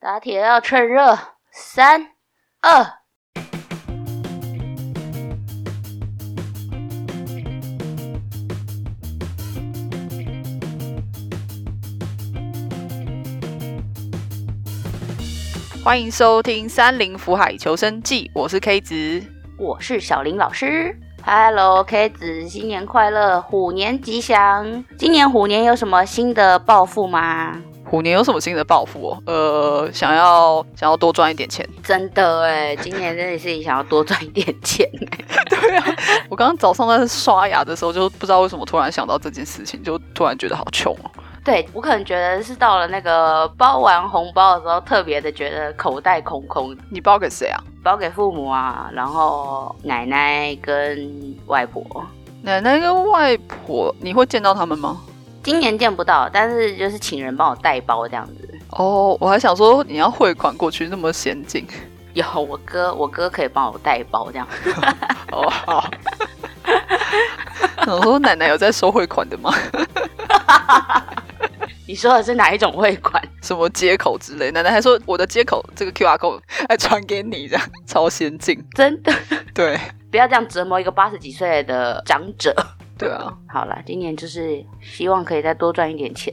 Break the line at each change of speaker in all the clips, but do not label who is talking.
打铁要趁热。三、二，
欢迎收听《三林福海求生记》，我是 K 值。
我是小林老师。Hello K 子，新年快乐，虎年吉祥！今年虎年有什么新的抱负吗？
虎年有什么新的抱负哦？呃，想要想要多赚一点钱。
真的哎，今年真的是想要多赚一点钱。
对啊，我刚刚早上在刷牙的时候，就不知道为什么突然想到这件事情，就突然觉得好穷哦。
对我可能觉得是到了那个包完红包的时候，特别的觉得口袋空空，
你包给谁啊？
包给父母啊，然后奶奶跟外婆。
奶奶跟外婆，你会见到他们吗？
今年见不到，但是就是请人帮我代包这样子。
哦，我还想说你要汇款过去，那么先进。
有我哥，我哥可以帮我代包这样。
哦，好。我说奶奶有在收汇款的吗？
你说的是哪一种汇款？
什么接口之类？奶奶还说我的接口这个 QR code 还传给你，这样超先进。
真的
对
不要这样折磨一个八十几岁的长者。
对啊，
好了，今年就是希望可以再多赚一点钱，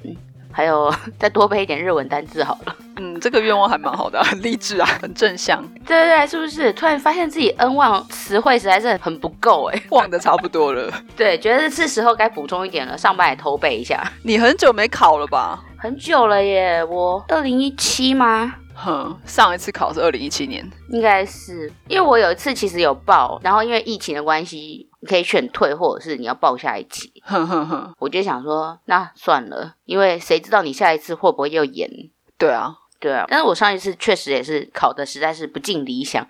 还有 再多背一点日文单字好了。
嗯，这个愿望还蛮好的、啊， 很励志啊，很正向，
对对对，是不是？突然发现自己 N 万词汇实在是很不够哎、
忘的差不多 了。
对，觉得是时候该补充一点了，上班也偷背一下。
你很久没考了吧？
很久了耶，我二零一七吗？
哼，上一次考是二零一七年。
应该是，因为我有一次其实有报，然后因为疫情的关系，你可以选退，或者是你要报下一期。
哼哼哼，
我就想说，那算了，因为谁知道你下一次会不会又延？
对啊，
对啊，但是我上一次确实也是考的实在是不尽理想，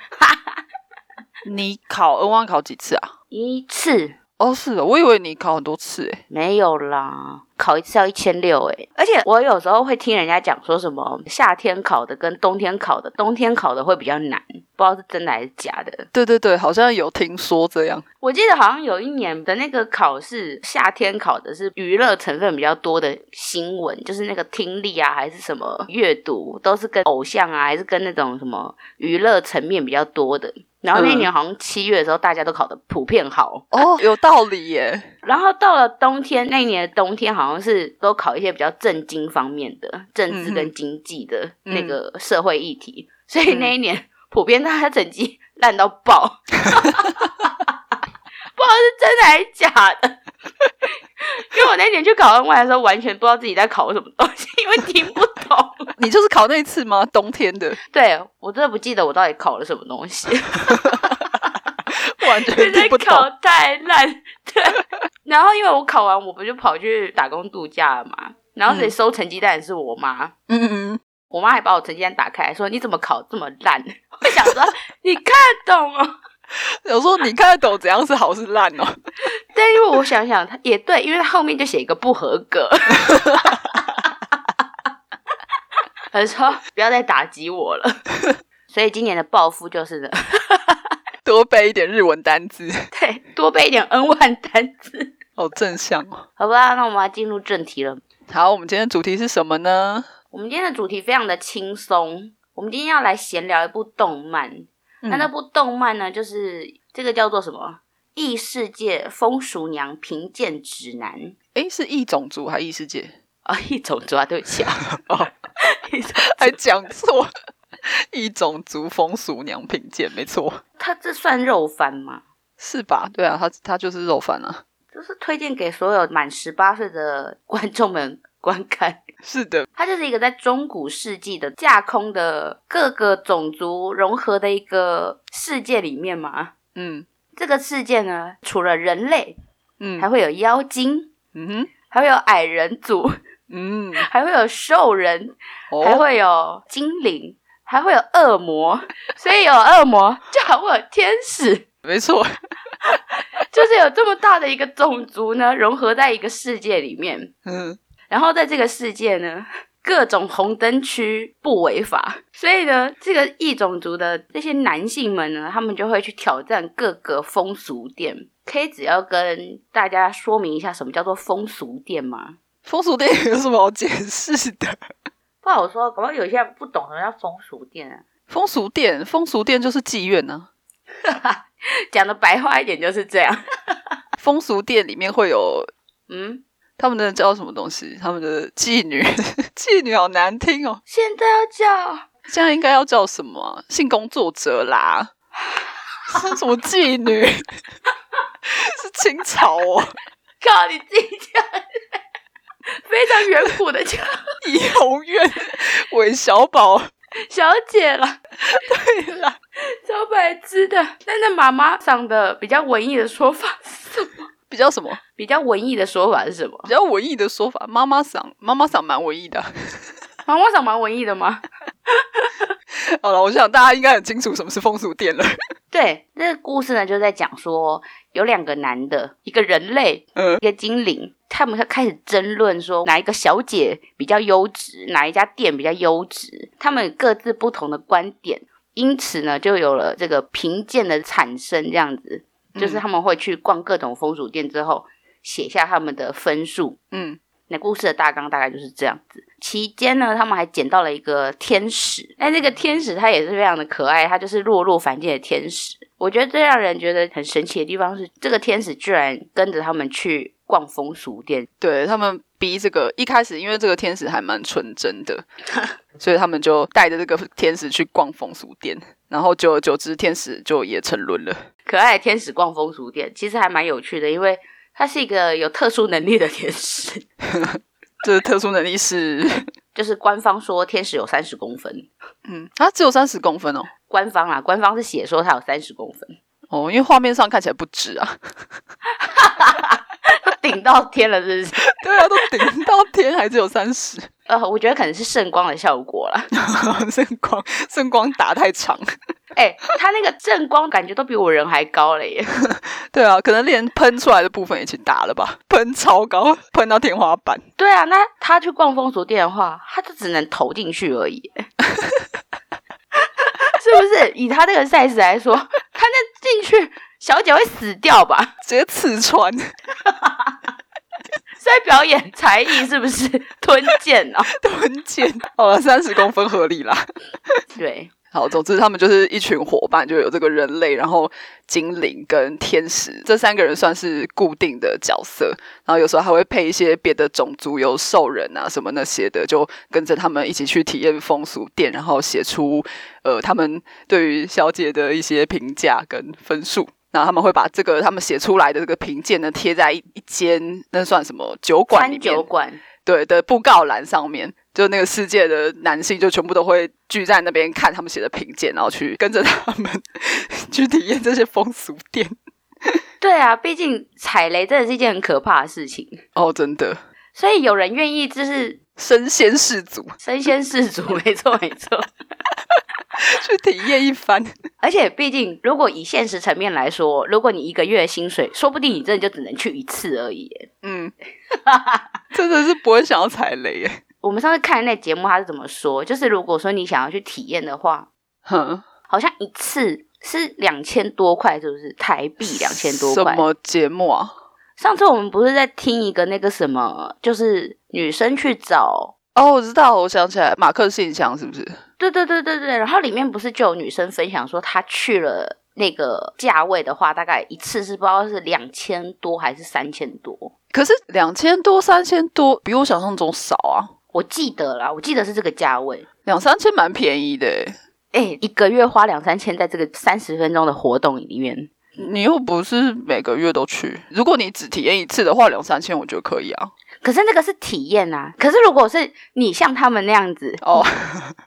你考 N 万考几次啊？
一次
哦，是哦，我以为你考很多次欸诶。
没有啦，考一次要一千六哎，而且我有时候会听人家讲说什么夏天考的跟冬天考的，冬天考的会比较难，不知道是真的还是假的。
对对对，好像有听说这样。
我记得好像有一年的那个考试，夏天考的是娱乐成分比较多的新闻，就是那个听力啊，还是什么阅读，都是跟偶像啊，还是跟那种什么娱乐层面比较多的。然后那一年好像七月的时候，大家都考的普遍好。
哦，有道理耶。
然后到了冬天，那一年的冬天好像是都考一些比较政经方面的、政治跟经济的
嗯
那个社会议题，所以那一年、普遍大家成绩烂到爆， 不知道是真的还是假的。 因为我那年去考 N Y 的时候，完全不知道自己在考什么东西，因为听不懂。
你就是考那一次吗？冬天 的，
对我真的不记得我到底考了什么东西。
完全听不懂。
考太烂。 对，然后因为我考完，我不就跑去打工度假了嘛。然后所以收成绩单的是我妈，
嗯嗯嗯，
我妈还把我成绩单打开来说：“你怎么考这么烂？” 我想说，你看得懂哦。
有时候你看得懂怎样是好是烂哦。
但因为我想想，也对，因为他后面就写一个不合 格。他说：“不要再打击我了。” 所以今年的抱负就是呢，
多背一点日文单字，
对，多背一点 N 万单词，
好正向哦。
好吧？那我们要进入正题了。
好，我们今天的主题是什么呢？
我们今天的主题非常的轻松，我们今天要来闲聊一部动漫。那
嗯
那部动漫呢，就是这个叫做什么？异世界风俗娘贫贱指南
诶，是异种族还异世界？
啊、异种族啊，对不起啊，
哦，
异种
还讲错，异种族风俗娘品鉴，没错，
它这算肉番吗？
是吧？对啊，他他就是肉贩啊。
就是推荐给所有满十八岁的观众们观看。
是的，
它就是一个在中古世纪的架空的各个种族融合的一个世界里面嘛。
嗯
这个世界呢，除了人类，
嗯
还会有妖精，
嗯哼
还会有矮人族，
嗯，
还会有兽人，还
哦，
会有精灵，还会有恶魔，所以有恶魔就还会有天使，
没错，
就是有这么大的一个种族呢，融合在一个世界里面。
嗯
然后在这个世界呢，各种红灯区不违法，所以呢，这个异种族的这些男性们呢，他们就会去挑战各个风俗店。K 只要跟大家说明一下什么叫做风俗店吗？
风俗店有什么好解释的？
不好说，搞不好有些人不懂什么叫风俗店啊。
风俗店，风俗店就是妓院啊呢、
讲的白话一点就是这样。
啊。风俗店里面会有
嗯，
他们的叫什么东西？他们的妓女， 妓女好难听哦。
现在要叫
现在应该要叫什么啊？性工作者啦，是什么妓女？是清朝哦，
靠你自己叫， 非常远古的叫
怡红院韦小宝。
小姐了，
对啦，
超白痴的。但是妈妈上的比较文艺的说法是什么？
比较什么？
比较文艺的说法是什么？
比较文艺的说法，妈妈嗓，妈妈嗓蛮文艺的啊。
妈妈上蛮文艺的吗？
好了，我想大家应该很清楚什么是风俗店了。
对，这个故事呢，就在讲说有两个男的，一个人类，
嗯
一个精灵，他们开始争论说哪一个小姐比较优质，哪一家店比较优质，他们各自不同的观点，因此呢，就有了这个评鉴的产生。这样子，就是他们会去逛各种风俗店之后，写下他们的分数。
嗯，
那故事的大纲大概就是这样子。期间呢，他们还捡到了一个天使，但这个天使它也是非常的可爱，它就是落入凡间的天使。我觉得最让人觉得很神奇的地方是，这个天使居然跟着他们去逛风俗店，
对他们逼这个一开始，因为这个天使还蛮纯真的，所以他们就带着这个天使去逛风俗店，然后久而久之，天使就也沉沦了。
可爱的天使逛风俗店，其实还蛮有趣的，因为它是一个有特殊能力的天使，
这个特殊能力是，
就是官方说天使有三十公分，
嗯，它只有三十公分哦，
官方啦，官方是写说它有三十公分，
哦，因为画面上看起来不止啊，
顶到天了，是不是？
对啊，都顶到天还只有三十，
呃，我觉得可能是圣光的效果啦。
圣光圣光打太长，
哎、他那个正光感觉都比我人还高了耶！
对啊，可能连喷出来的部分也去打了吧，喷超高，喷到天花板，
对啊，那他去逛风俗店的话，他就只能投进去而已 耶，是不是？以他这个 size 来说， 他那进去小姐会死掉吧？
直接刺穿，
是在表演才艺是不是？ 吞剑 哦，
蹲剑，好了，三十公分合理啦。
对，
好，总之他们就是一群伙伴，就有这个人类，然后精灵跟天使这三个人算是固定的角色，然后有时候还会配一些别的种族，有兽人啊什么那些的，就跟着他们一起去体验风俗店，然后写出呃他们对于小姐的一些评价跟分数。然后他们会把这个他们写出来的这个评鉴呢贴在一一间那算什么酒馆
餐
里面
酒馆，
对的布告栏上面，就那个世界的男性就全部都会聚在那边看他们写的评鉴，然后去跟着他们 去体验这些风俗店。
对啊，毕竟踩雷真的是一件很可怕的事情，
哦，真的
所以有人愿意就是
身先士卒，
身先士卒， 没错没错。
去体验一番。
而且，毕竟如果以现实层面来说，如果你一个月的薪水，说不定你真的就只能去一次而已耶。
嗯，真的是不会想要踩雷耶。
我们上次看的那节目，他是怎么说？就是如果说你想要去体验的话，
哼，
好像一次是两千多块，是不是台币两千多块
什？么节目啊？
上次我们不是在听一个那个什么，就是女生去找，
哦，我知道，我想起来，马克信箱是不是？
对对对对对，然后里面不是就有女生分享说，她去了那个价位的话，大概一次是不知道是两千多还是三千多。
可是两千多、三千多，比我想象中少啊。
我记得啦，我记得是这个价位。
两三千蛮便宜的耶，
哎、一个月花两三千在这个三十分钟的活动里面，
你又不是每个月都去，如果你只体验一次的话，两三千我觉得可以啊。
可是那个是体验啊。可是如果是你像他们那样子，
哦，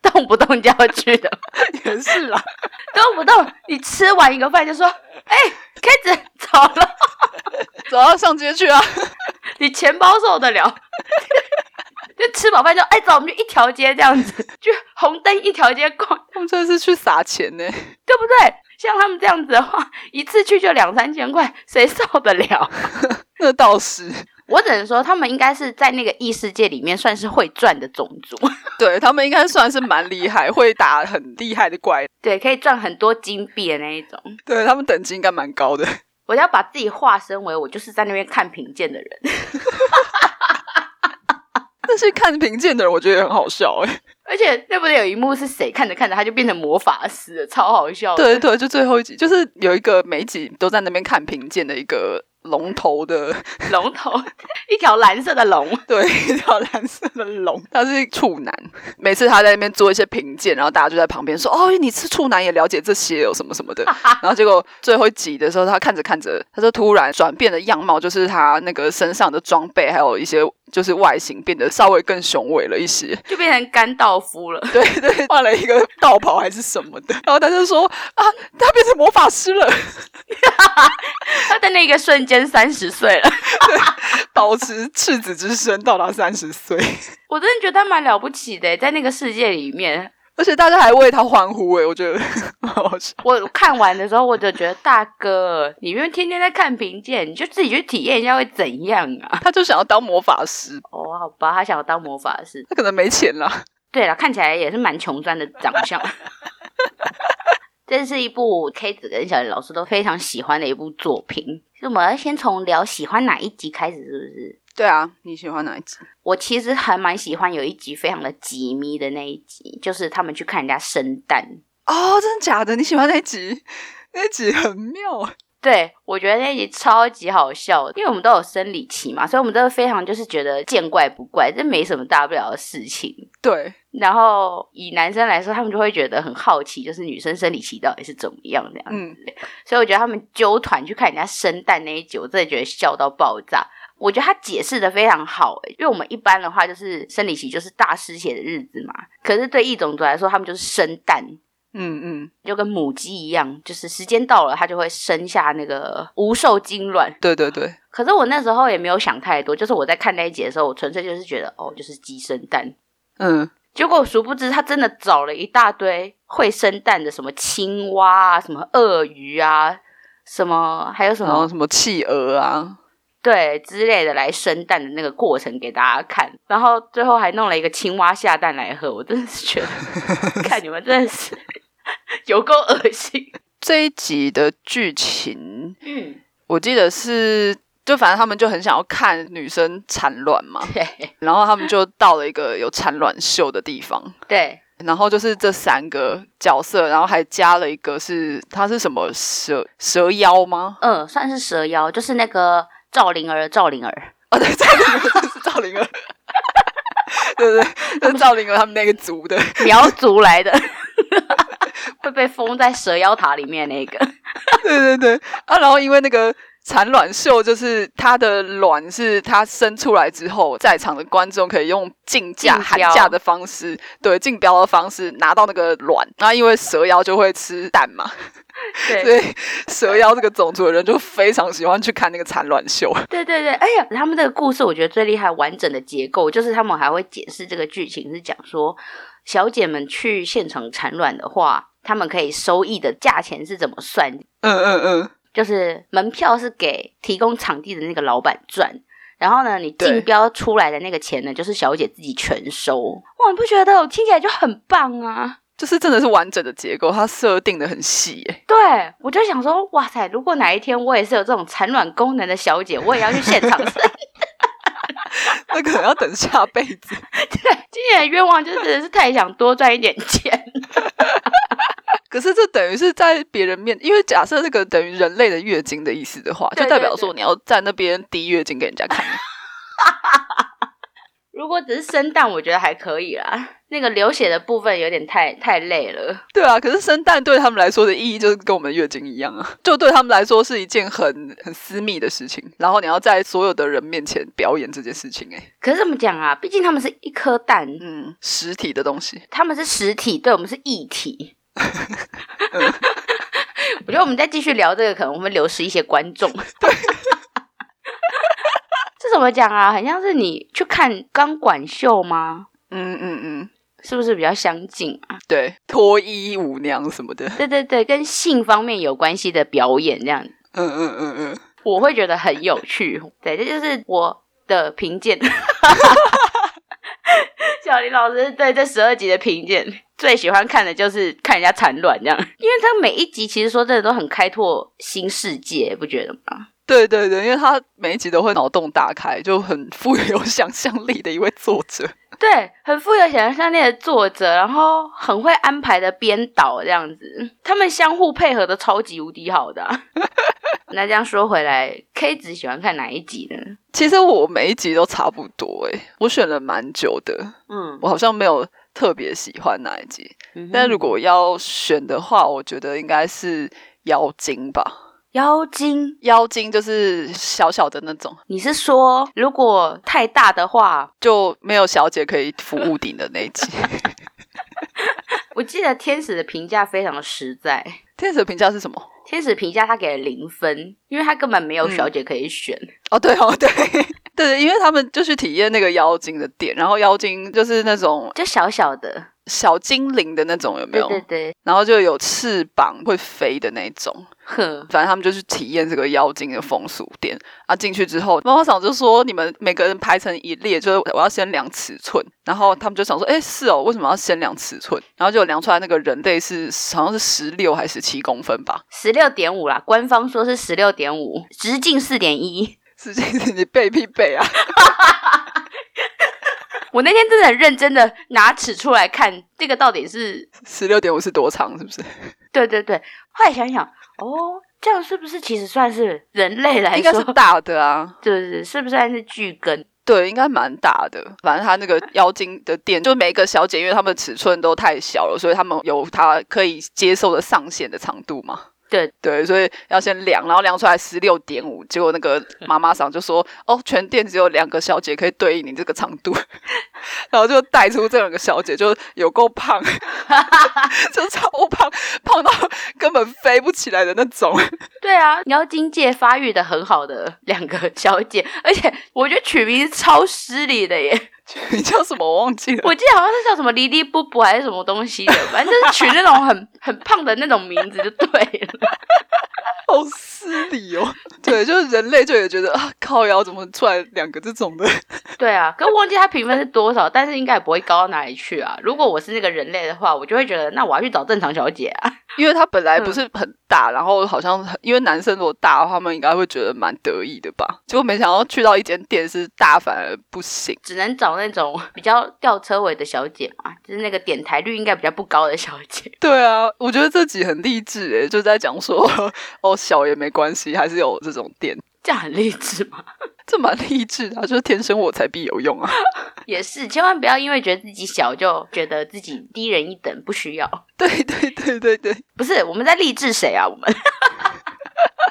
动不动就要去的，
也是啦，
动不动你吃完一个饭就说：“哎、开始走了，
走啊，上街去啊。
你钱包受得了？” 就吃饱饭就哎、走，我们就一条街这样子，就红灯一条街逛，
他们真的是去撒钱呢，
对不对？像他们这样子的话，一次去就两三千块，谁受得了？
那倒是，
我只能说，他们应该是在那个异世界里面算是会赚的种族，
对他们应该算是蛮厉害，会打很厉害的怪，
对，可以赚很多金币的那一种。
对他们等级应该蛮高的。
我要把自己化身为我就是在那边看评鉴的人，
但是看评鉴的人，我觉得也很好笑哎、
而且那不是有一幕是谁看着看着他就变成魔法师了，超好笑的。
对对，就最后一集，就是有一个每一集都在那边看评鉴的一个龙头的，
对，龙头一条蓝色的龙，
对， 一条蓝色的龙，他是处男。每次他在那边做一些评鉴，然后大家就在旁边说：“哦，你是处男也了解这些哦，什么什么的。”然后结果最后一集的时候，他看着看着，他就突然转变的样貌，就是他那个身上的装备，还有一些就是外形变得稍微更雄伟了一些。
就变成甘道夫了。
对对，换了一个道袍还是什么的，然后他就说啊，他变成魔法师了，
他在那个瞬间三十岁了，
保持赤子之身到达三十岁，
我真的觉得他蛮了不起的，欸在那个世界里面。
而且大家还为他欢呼哎，我觉得蛮好笑。
我看完的时候，我就觉得大哥，你们天天在看评鉴，你就自己去体验一下会怎样啊？
他就想要当魔法师，
哦，好吧，他想要当魔法师。
他可能没钱啦。
对了，看起来也是蛮穷酸的长相。 这是一部 K 子跟小林老师都非常喜欢的一部作品。我们要先从聊喜欢哪一集开始，是不是？
对啊，你喜欢哪一集？
我其实还蛮喜欢有一集非常的急咪的那一集，就是他们去看人家生蛋。
哦，真的假的？你喜欢那一集？那一集很妙，
对，我觉得那集超级好笑，因为我们都有生理期嘛，所以我们都非常就是觉得见怪不怪，这没什么大不了的事情。
对，
然后以男生来说，他们就会觉得很好奇，就是女生生理期到底是怎么样这样。
嗯，
所以我觉得他们纠团去看人家生蛋那一集，我真的觉得笑到爆炸。我觉得他解释的非常好、欸，因为我们一般的话就是生理期就是大失血的日子嘛，可是对异种族来说，他们就是生蛋，
嗯嗯，
就跟母鸡一样，就是时间到了，它就会生下那个无受精卵。
对对对，
可是我那时候也没有想太多，就是我在看那一集的时候，我纯粹就是觉得哦，就是鸡生蛋，
嗯，
结果殊不知，他真的找了一大堆会生蛋的，什么青蛙啊，什么鳄鱼啊，什么还有什
然后
么
什么企鹅啊，
对之类的来生蛋的那个过程给大家看，然后最后还弄了一个青蛙下蛋来喝，我真的是觉得， 看你们真的是有够恶心。
这一集的剧情，
嗯，
我记得是，就反正他们就很想要看女生产卵嘛，
对
然后他们就到了一个有产卵秀的地方，
对，
然后就是这三个角色，然后还加了一个是他是什么蛇蛇妖吗？
嗯，算是蛇妖，就是那个赵灵儿，赵灵儿，
哦，对，赵灵儿，这是赵灵儿，对对，就是赵灵儿他们那个族的，
苗族来 的，会被封在蛇妖塔里面那个。
对对对啊，然后因为那个。产卵秀就是它的卵是它生出来之后，在场的观众可以用竞价、
竞
喊
标
价的方式，对竞标的方式拿到那个卵。然后因为蛇妖就会吃蛋嘛，
对
所以蛇妖这个种族的人就非常喜欢去看那个产卵秀。
对对对，而且他们这个故事我觉得最厉害，完整的结构就是他们还会解释这个剧情，是讲说小姐们去现场产卵的话，他们可以收益的价钱是怎么算？
嗯嗯嗯，
就是门票是给提供场地的那个老板赚，然后呢，你
对
竞标出来的那个钱呢，就是小姐自己全收。哇，你不觉得我听起来就很棒啊？
就是真的是完整的结构，它设定的很细耶。
对，我就想说，哇塞！如果哪一天我也是有这种产卵功能的小姐，我也要去现场生
那可能要等下辈子。
对， 今年的愿望就真的是太想多赚一点钱。
可是这等于是在别人面，因为假设这个等于人类的月经的意思的话，
对
就代表说你要在那边滴月经给人家看。
如果只是生蛋，我觉得还可以啦。那个流血的部分有点太太累了。
对啊，可是生蛋对他们来说的意义就是跟我们的月经一样啊， 就对他们来说是一件很很私密的事情。然后你要在所有的人面前表演这件事情，哎，
可是怎么讲啊？毕竟他们是一颗蛋，
嗯，实体的东西，
他们是实体，对我们是液体。 我觉得我们再继续聊这个，可能我们流失一些观众。 这怎么讲啊？很像是你去看钢管秀吗？
嗯嗯嗯，
是不是比较相近啊？
对，脱衣舞娘什么的，
对对对，跟性方面有关系的表演这样
嗯嗯嗯嗯，
我会觉得很有趣。 对，这就是我的评 鉴。小林老师对这十二集的评鉴，最喜欢看的就是看人家产卵这样，因为他每一集其实说真的都很开拓新世界，不觉得吗？
对对对，因为他每一集都会脑洞大开，就很富有想象力的一位作者。
对，很富有想象力的作者，然后很会安排的编导，这样子，他们相互配合的超级无敌好的啊、 那这样说回来，K 子喜欢看哪一集呢？
其实我每一集都差不多诶、我选了蛮久的，
嗯，
我好像没有特别喜欢哪一集。但如果要选的话，我觉得应该是妖精吧。
妖精，
妖精就是小小的那种，
你是说如果太大的话，
就没有小姐可以服务顶的那一 集。
我记得天使的评价非常的实在，
天使的评价是什么？
天使评价他给了零分，因为他根本没有小姐可以选。
哦，对哦，对对 对，因为他们就去体验那个妖精的店，然后妖精就是那种
就小小的，
小精灵的那种，有没
对
有？
对对，
然后就有翅膀会飞的那种。
呵，
反正他们就去体验这个妖精的风俗店啊。进去之后，妈妈桑就说：“你们每个人排成一列，就是我要先量尺寸。”然后他们就想说：“哎，是哦，为什么要先量尺寸？”然后就量出来那个人类是好像是十六还是十七公分吧，
十六点五啦，官方说是十六点五，直径四点一。
是这是你背必背啊。
我那天真的很认真的拿尺出来看，这个到底是
十六点五是多长？是不是？
对对对。后来想想，哦，这样是不是其实算是人类来
应该是
说，
大的啊。
就是是不是算是巨根？
对，应该蛮大的。反正他那个妖精的店，就每一个小姐，因为她们的尺寸都太小了，所以她们有她可以接受的上限的长度嘛。
对
对，所以要先量，然后量出来十六点五，结果那个妈妈桑就说：“哦，全店只有两个小姐可以对应你这个长度。” 然后就带出这两个小姐，就有够胖， 就超胖，胖到根本飞不起来的那种。
对啊，妖精界发育的很好的两个小姐，而且我觉得取名是超失礼的耶。
你叫什么？我忘记了。
我记得好像是叫什么“离离布布”还是什么东西的，反正就是取那种很 很胖的那种名字就对了。
好失礼哦。 对，就是人类就也觉得啊，靠腰怎么出来两个这种的？
对啊，可我忘记它评分是多少，但是应该也不会高到哪里去啊。如果我是那个人类的话，我就会觉得那我要去找正常小姐啊。
因为它本来不是很大，然后好像很因为男生如果大的话，他们应该会觉得蛮得意的吧。结果没想到去到一间店是大，反而不行。
只能找那种比较吊车尾的小姐嘛，就是那个点台率应该比较不高的小姐。
对啊，我觉得这集很励志诶，就在讲 说哦，小也没关系，还是有这种店。
这样很励志吗？
这蛮励志的、啊，就是天生我材必有用啊！
也是，千万不要因为觉得自己小就觉得自己低人一等，不需要。
对对对对对，
不是，我们在励志谁啊？我们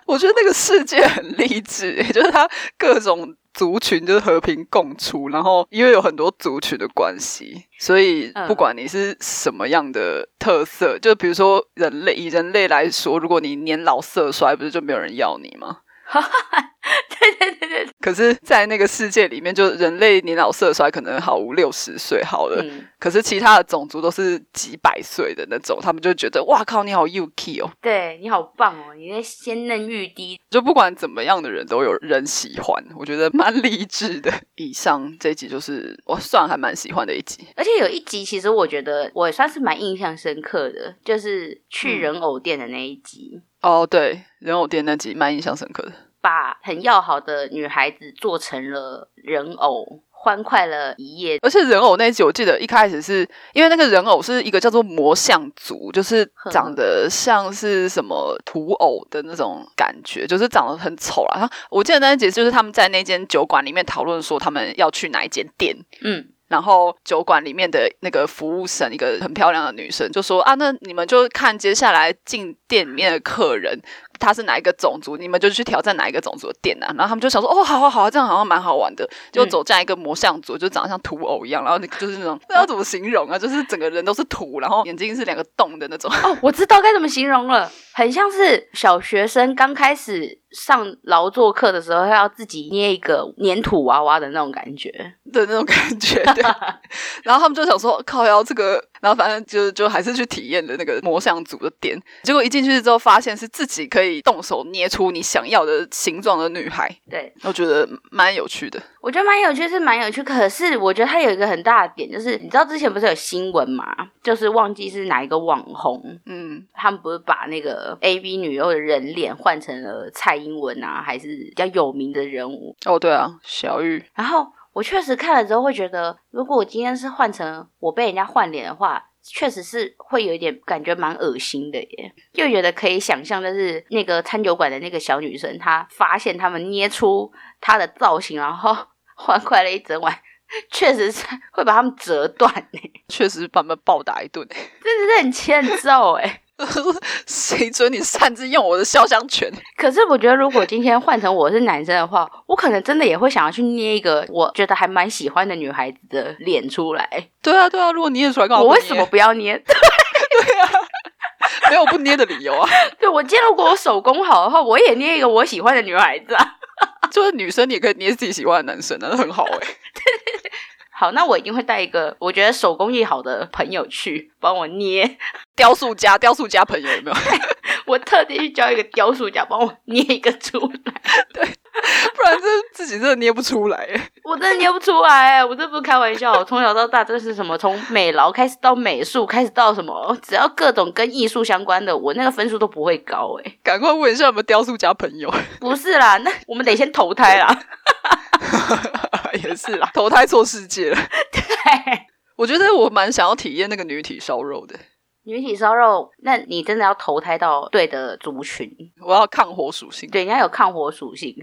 我觉得那个世界很励志， 也就是它各种族群就是和平共处，然后因为有很多族群的关系，所以
嗯
不管你是什么样的特色，就比如说人类，以人类来说，如果你年老色衰，不是就没有人要你吗？
对对对对，
可是，在那个世界里面，就人类年老色衰，可能好五六十岁好了，
嗯，
可是其他的种族都是几百岁的那种，他们就觉得哇靠，你好 UK 哦，
对你好棒哦，你在鲜嫩欲滴，
就不管怎么样的人都有人喜欢，我觉得蛮励志的。以上这一集就是我算还蛮喜欢的一集，
而且有一集，其实我觉得我也算是蛮印象深刻的，就是去人偶店的那一集，
哦，对，人偶店那集蛮印象深刻的。
把很要好的女孩子做成了人偶，欢快了一夜。
而且人偶那一集，我记得一开始是因为那个人偶是一个叫做魔像族，就是长得像是什么土偶的那种感觉，就是长得很丑啦。然后我记得那一集就是他们在那间酒馆里面讨论说他们要去哪一间店，
嗯，
然后酒馆里面的那个服务生，一个很漂亮的女生就说啊，那你们就看接下来进店里面的客人他是哪一个种族，你们就去挑战哪一个种族的店啊。然后他们就想说，哦，好好好啊，这样好像蛮好玩的。就走进来一个魔像族，就长得像土偶一样，然后那个就是那种那要怎么形容啊？就是整个人都是土，然后眼睛是两个洞的那种。
哦，我知道该怎么形容了，很像是小学生刚开始上劳作课的时候，要自己捏一个粘土娃娃的那种感觉。
的那种感觉，对。然后他们就想说，靠腰这个然后反正就就还是去体验的那个魔像组的店，结果一进去之后发现是自己可以动手捏出你想要的形状的女孩，
对，
我觉得蛮有趣的。
我觉得蛮有趣，是蛮有趣。可是我觉得它有一个很大的点，就是你知道之前不是有新闻嘛，就是忘记是哪一个网红，
嗯，
他们不是把那个 A V 女优的人脸换成了蔡英文啊，还是比较有名的人物。
哦对啊，小玉，
然后我确实看了之后会觉得，如果我今天是换成我被人家换脸的话，确实是会有一点感觉蛮恶心的耶。又觉得可以想象，就是那个餐酒馆的那个小女生，她发现他们捏出她的造型，然后 欢快了一整晚。确实是会把他们折断耶，
确实把他们暴打一顿。
真的是很欠揍哎。
谁准你擅自用我的肖像权？
可是我觉得，如果今天换成我是男生的话，我可能真的也会想要去捏一个我觉得还蛮喜欢的女孩子的脸出来。
对啊，对啊，如果捏出来，干嘛
我
不
为
捏？
什 么不要捏？
没有不捏的理由啊？
对我今天如果我手工好的话，我也捏一个我喜欢的女孩子啊。
就是女生你也可以捏自己喜欢的男生啊，那很好哎、
好，那我一定会带一个我觉得手工艺好的朋友去 帮我捏。
雕塑家，雕塑家朋友有没有？
我特地去叫一个雕塑家帮我捏一个出来，
不然这自己真的捏不出来、欸。
我真的捏不出来、我这不是开玩笑。我从小到大，这是什么？从美劳开始到美术，开始到什么？只要各种跟艺术相关的，我那个分数都不会高哎、
赶快问一下有没有雕塑家朋友，
不是啦，那我们得先投胎啦。
也是啦，投胎错世界了。
对，
我觉得我蛮想要体验那个女体烧肉的，
女体烧肉，那你真的要投胎到对的族群，
我要抗火属性。
对，人家有抗火属性。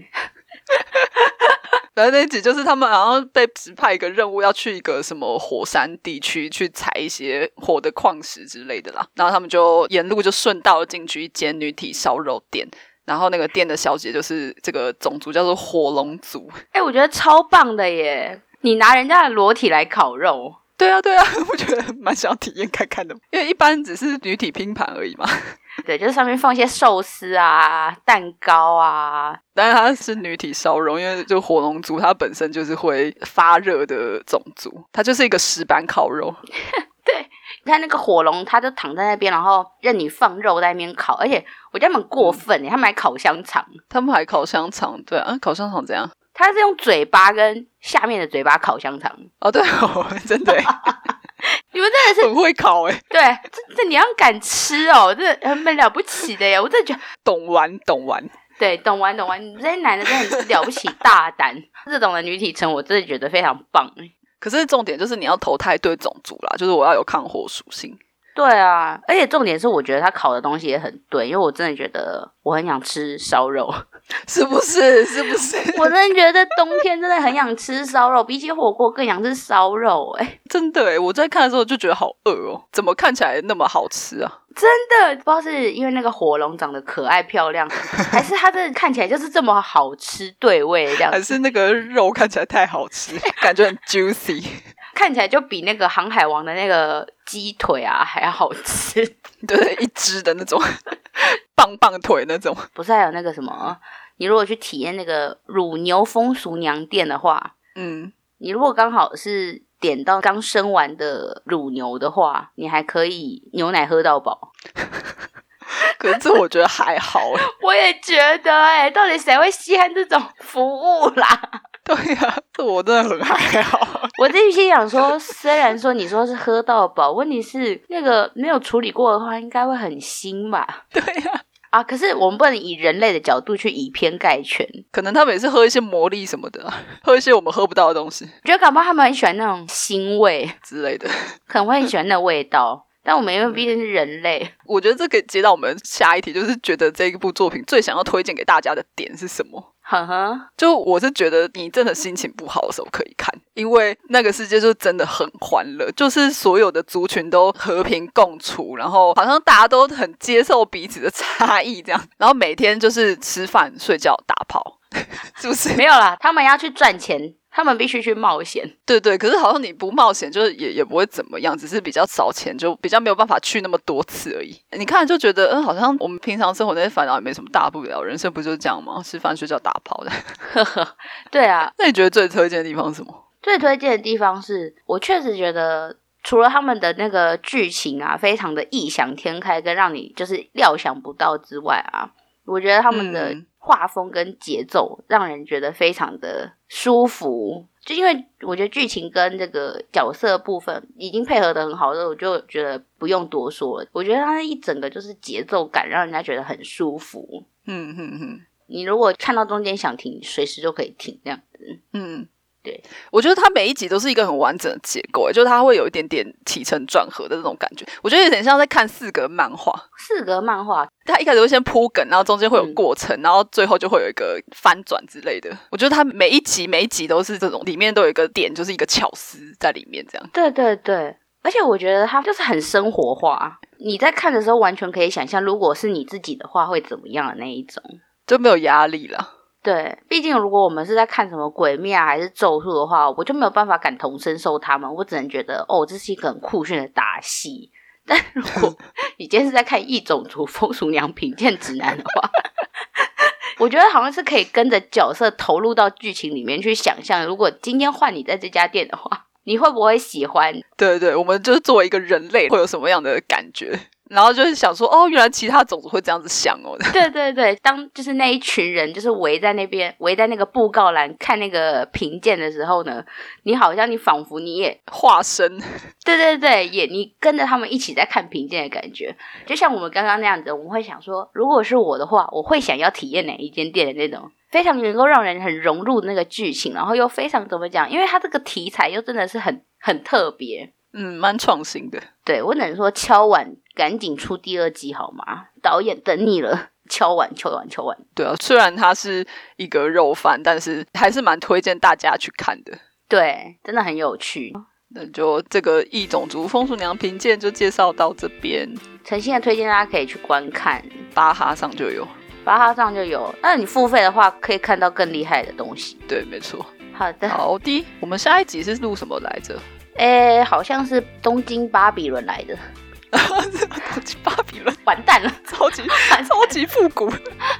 反正那一集就是他们好像被指派一个任务，要去一个什么火山地区去采一些火的矿石之类的啦。然后他们就沿路就顺道进去一间女体烧肉店，然后那个店的小姐就是这个种族叫做火龙族。
哎、我觉得超棒的耶！你拿人家的裸体来烤肉，
对啊，对 啊，我觉得蛮想体验看看的，因为一般只是女体拼盘而已嘛。
对，就是上面放一些寿司啊、蛋糕啊，
但是它是女体烧肉，因为就火龙族它本身就是会发热的种族，它就是一个石板烤肉。
你看那个火龙，他就躺在那边，然后任你放肉在那边烤，而且我觉得他们很过分耶，他们还烤香肠，
他们还烤香肠，对啊，烤香肠怎样？
他是用嘴巴跟下面的嘴巴烤香肠。
哦，对 哦，真的耶
你们真的是
很会烤哎，
对，这这你要敢吃哦，这很了不起的耶！我真的觉得，
懂玩懂玩。
对，懂玩懂玩，你们这些男的真的很了不起，大胆，这种的女体城，我真的觉得非常棒。
可是重点就是你要投胎对种族啦，就是我要有抗火属性。
对啊，而且重点是，我觉得他烤的东西也很对，因为我真的觉得我很想吃烧肉，
是不是？是不是？
我真的觉得冬天真的很想吃烧肉，比起火锅更想吃烧肉、欸， 哎，
真的哎！我在看的时候就觉得好饿哦，怎么看起来那么好吃啊？
真的不知道是因为那个火龙长得可爱漂亮，还是它真的看起来就是这么好吃对味这样
还，是那个肉看起来太好吃，感觉很 juicy。
看起来就比那个航海王的那个鸡腿啊还要好吃。
对，一只的那种 棒棒腿那种。
不是还有那个什么，你如果去体验那个乳牛风俗娘店的话，
嗯，
你如果刚好是点到刚生完的乳牛的话，你还可以牛奶喝到饱。
可是这我觉得还好哎。
我也觉得、哎，到底谁会稀罕这种服务啦？
对呀、啊，这我真的很还好。
我自己心想说，虽然说你说是喝到饱，问题是那个没有处理过的话，应该会很腥吧？
对呀、
啊，可是我们不能以人类的角度去以偏概全。
可能他们也是喝一些魔力什么的啊，喝一些我们喝不到的东西
我觉得搞不好他们很喜欢那种腥味，
之类的。
可能会很喜欢那味道，但我们因为毕竟是人类，
我觉得这可以接到我们下一题，就是觉得这一部作品最想要推荐给大家的点是什么？
呵呵，
就我是觉得你真的心情不好的时候可以看，因为那个世界就真的很欢乐，就是所有的族群都和平共处，然后好像大家都很接受彼此的差异这样，然后每天就是吃饭、睡觉、打炮， 是不 是？
没有啦，他们要去赚钱，他们必须去冒险。
对对，可是好像你不冒险，就是也也不会怎么样，只是比较少钱，就比较没有办法去那么多次而已。你看就觉得，嗯，好像我们平常生活那些烦恼也没什么大不了，人生不就是这样吗？吃饭、睡觉、打炮的。
对啊，
那你觉得最推荐的地方是什么？
最推荐的地方是我确实觉得除了他们的那个剧情啊，非常的异想天开，跟让你就是料想不到之外啊，我觉得他们的
嗯
画风跟节奏让人觉得非常的舒服。就因为我觉得剧情跟这个角色部分已经配合的很好了，我就觉得不用多说了。我觉得它一整个就是节奏感，让人家觉得很舒服。
嗯嗯嗯
你如果看到中间想停，随时就可以停，这样子。
嗯，
对，
我觉得它每一集都是一个很完整的结构，欸就是它会有一点点起承转合的那种感觉。我觉得有点像在看四格漫画，
四格漫画
它一开始会先铺梗，然后中间会有
嗯
过程，然后最后就会有一个翻转之类的。我觉得它每一集每一集都是这种，里面都有一个点，就是一个巧思在里面这样。
对对对，而且我觉得它就是很生活化，你在看的时候完全可以想象，如果是你自己的话会怎么样的那一种。
就没有压力啦。
对，毕竟如果我们是在看什么鬼灭啊还是咒术的话，我就没有办法感同身受他们，我只能觉得哦，这是一个很酷炫的打戏。但如 果你今天是在看《异种族风俗娘品鉴指南》的话， 我觉得好像是可以跟着角色投入到剧情里面去想象，如果今天换你在这家店的话，你会不会喜欢？
对对，我们就是作为一个人类会有什么样的感觉，然后就是想说，哦，原来其他种族会这样子想哦。
对对对，当就是那一群人就是围在那边，围在那个布告栏看那个评鉴的时候呢，你好像你仿佛你也
化身，
对对对，也你跟着他们一起在看评鉴的感觉，就像我们刚刚那样子，我们会想说，如果是我的话，我会想要体验哪一间店的那种。非常能够让人很融入那个剧情，然后又非常怎么讲？因为它这个题材又真的是很很特别。
嗯，蛮创新的。
对我只能说敲碗，赶紧出第二季好吗？导演等你了，敲碗敲碗敲碗。
对啊，虽然它是一个肉番，但是还是蛮推荐大家去看的。
对，真的很有趣。
那就这个异种族风俗娘评鉴就介绍到这边，
诚心的推荐大家可以去观看，
巴哈上就有。
巴哈上就有。那你付费的话，可以看到更厉害的东西。
对，没错。
好的，
好的，我们下一集是录什么来着？
诶、哎好像是东京巴比伦来的，
超级巴比伦，
完蛋 了，
超级超级复古。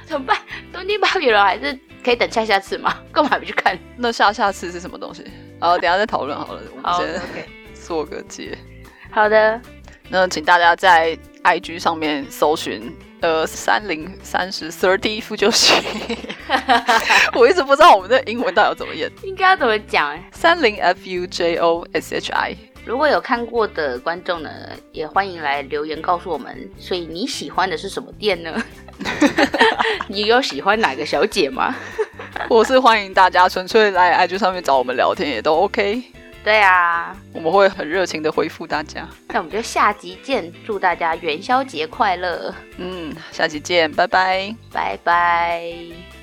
怎么办？东京巴比伦还是可以等下下次吗？ 干嘛还不去看？
那下下次是什么东西？好，等一下再讨论好了。我们
好
先
，OK，
做个结。
好的，
那请大家在 IG 上面搜寻呃三零三十 thirty 复就行。我一直不知道我们的英文到底要怎么念，
应该要怎么讲？
三零 f u j o s h i。
如果有看过的观众呢，也欢迎来留言告诉我们。所以你喜欢的是什么店呢？ 你有喜欢哪个小姐吗？
或是欢迎大家纯粹来 IG 上面找我们聊天也都 OK，
对啊，
我们会很热情的回复大家。
那我们就下集见，祝大家元宵节快乐，
嗯，下期见，拜拜。
拜拜。